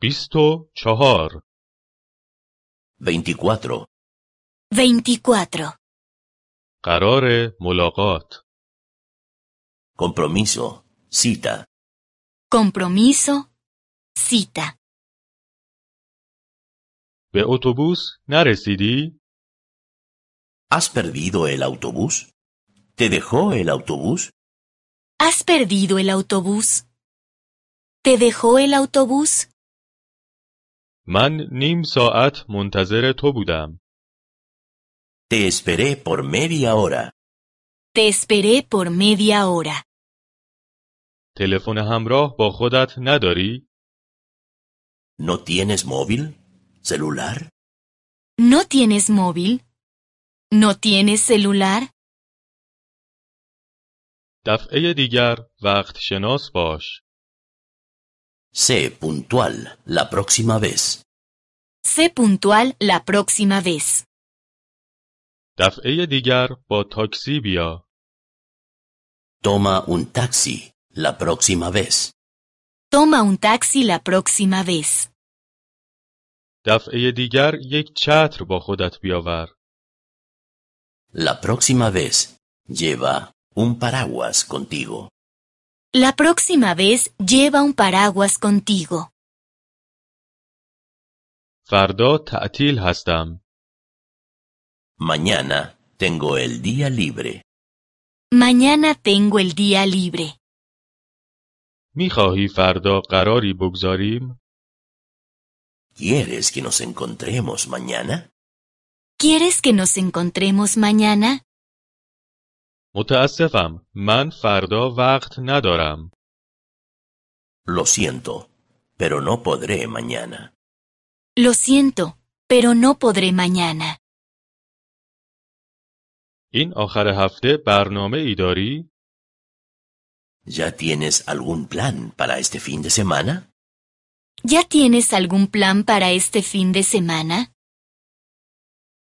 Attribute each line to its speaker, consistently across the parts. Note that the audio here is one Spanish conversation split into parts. Speaker 1: بیست و چهار
Speaker 2: 24.
Speaker 3: 24.
Speaker 1: قرار ملاقات
Speaker 2: Compromiso. Cita.
Speaker 3: Compromiso. Cita.
Speaker 1: به اتوبوس نرسیدی؟
Speaker 2: ¿Has perdido el autobús? ¿Te dejó el autobús?
Speaker 3: ¿Has perdido el autobús? ¿Te dejó el autobús?
Speaker 1: من نیم ساعت منتظر تو بودم
Speaker 2: Te esperé por media hora.
Speaker 3: Te esperé por media hora.
Speaker 1: تلفن همراه با خودت نداری؟
Speaker 2: ¿No tienes móvil? ¿Celular?
Speaker 3: ¿No tienes móvil? ¿No tienes celular?
Speaker 1: دفعه دیگر وقت شناس باش
Speaker 2: Sé puntual la próxima vez.
Speaker 3: Sé puntual la próxima vez.
Speaker 1: دفعه دیگر با تاکسی بیا
Speaker 2: Toma un taxi la próxima vez.
Speaker 3: Toma un taxi la próxima vez.
Speaker 1: دفعه دیگر یک چتر با خودت بیاور
Speaker 2: La próxima vez lleva un paraguas contigo.
Speaker 3: La próxima vez lleva un paraguas contigo.
Speaker 1: فردا تعطیل هستم
Speaker 2: Mañana tengo el día libre.
Speaker 3: Mañana tengo el día libre.
Speaker 1: میخواهی فردا قراری بگذاریم؟
Speaker 2: ¿Quieres que nos encontremos mañana?
Speaker 3: ¿Quieres que nos encontremos mañana?
Speaker 1: متاسفم من فردا وقت ندارم
Speaker 2: Lo siento, pero no podré mañana.
Speaker 3: Lo siento, pero no podré mañana.
Speaker 1: این آخر هفته برنامه ای داری؟
Speaker 2: ¿Ya tienes algún plan para este fin de semana?
Speaker 3: ¿Ya tienes algún plan para este fin de semana?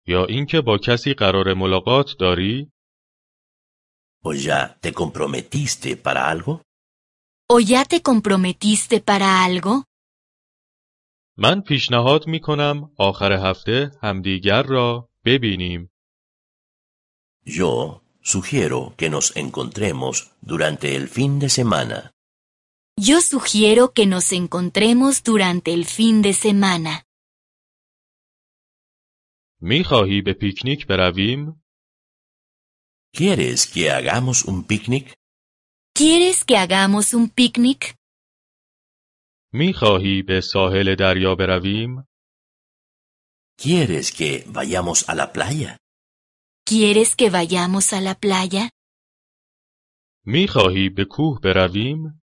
Speaker 1: یا اینکه با کسی قرار ملاقات داری؟
Speaker 2: ¿O ya te comprometiste para algo?
Speaker 3: ¿O ya te comprometiste para algo?
Speaker 1: من پیشنهاد می کنم آخر هفته همدیگر را ببینیم.
Speaker 2: Yo sugiero que nos encontremos durante el fin de semana.
Speaker 3: Yo sugiero que nos encontremos durante el fin de semana.
Speaker 1: می خواهی به پیکنیک برویم؟
Speaker 2: ¿Quieres que hagamos un picnic?
Speaker 3: ¿Quieres que hagamos un picnic?
Speaker 1: می خواهی به ساحل دریا برویم؟
Speaker 2: ¿Quieres que vayamos a la playa?
Speaker 3: ¿Quieres que vayamos a la playa?
Speaker 1: می خواهی به کوه برویم؟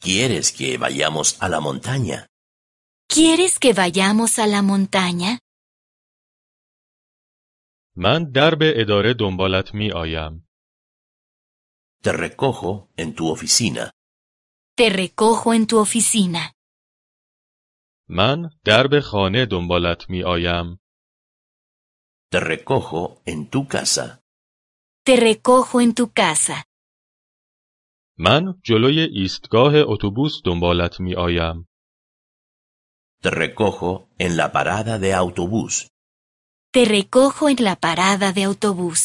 Speaker 2: ¿Quieres que vayamos a la montaña?
Speaker 3: ¿Quieres que vayamos a la montaña?
Speaker 1: من درب اداره دنبالت می آیم.
Speaker 2: Te recojo en tu oficina.
Speaker 3: Te recojo en tu oficina.
Speaker 1: من درب خانه دنبالت می آیم.
Speaker 2: Te recojo en tu casa.
Speaker 3: Te recojo en tu casa.
Speaker 1: من جلوی ایستگاه اتوبوس دنبالت می آیم.
Speaker 2: Te recojo en la parada de autobús.
Speaker 3: Te recojo en la parada de autobús.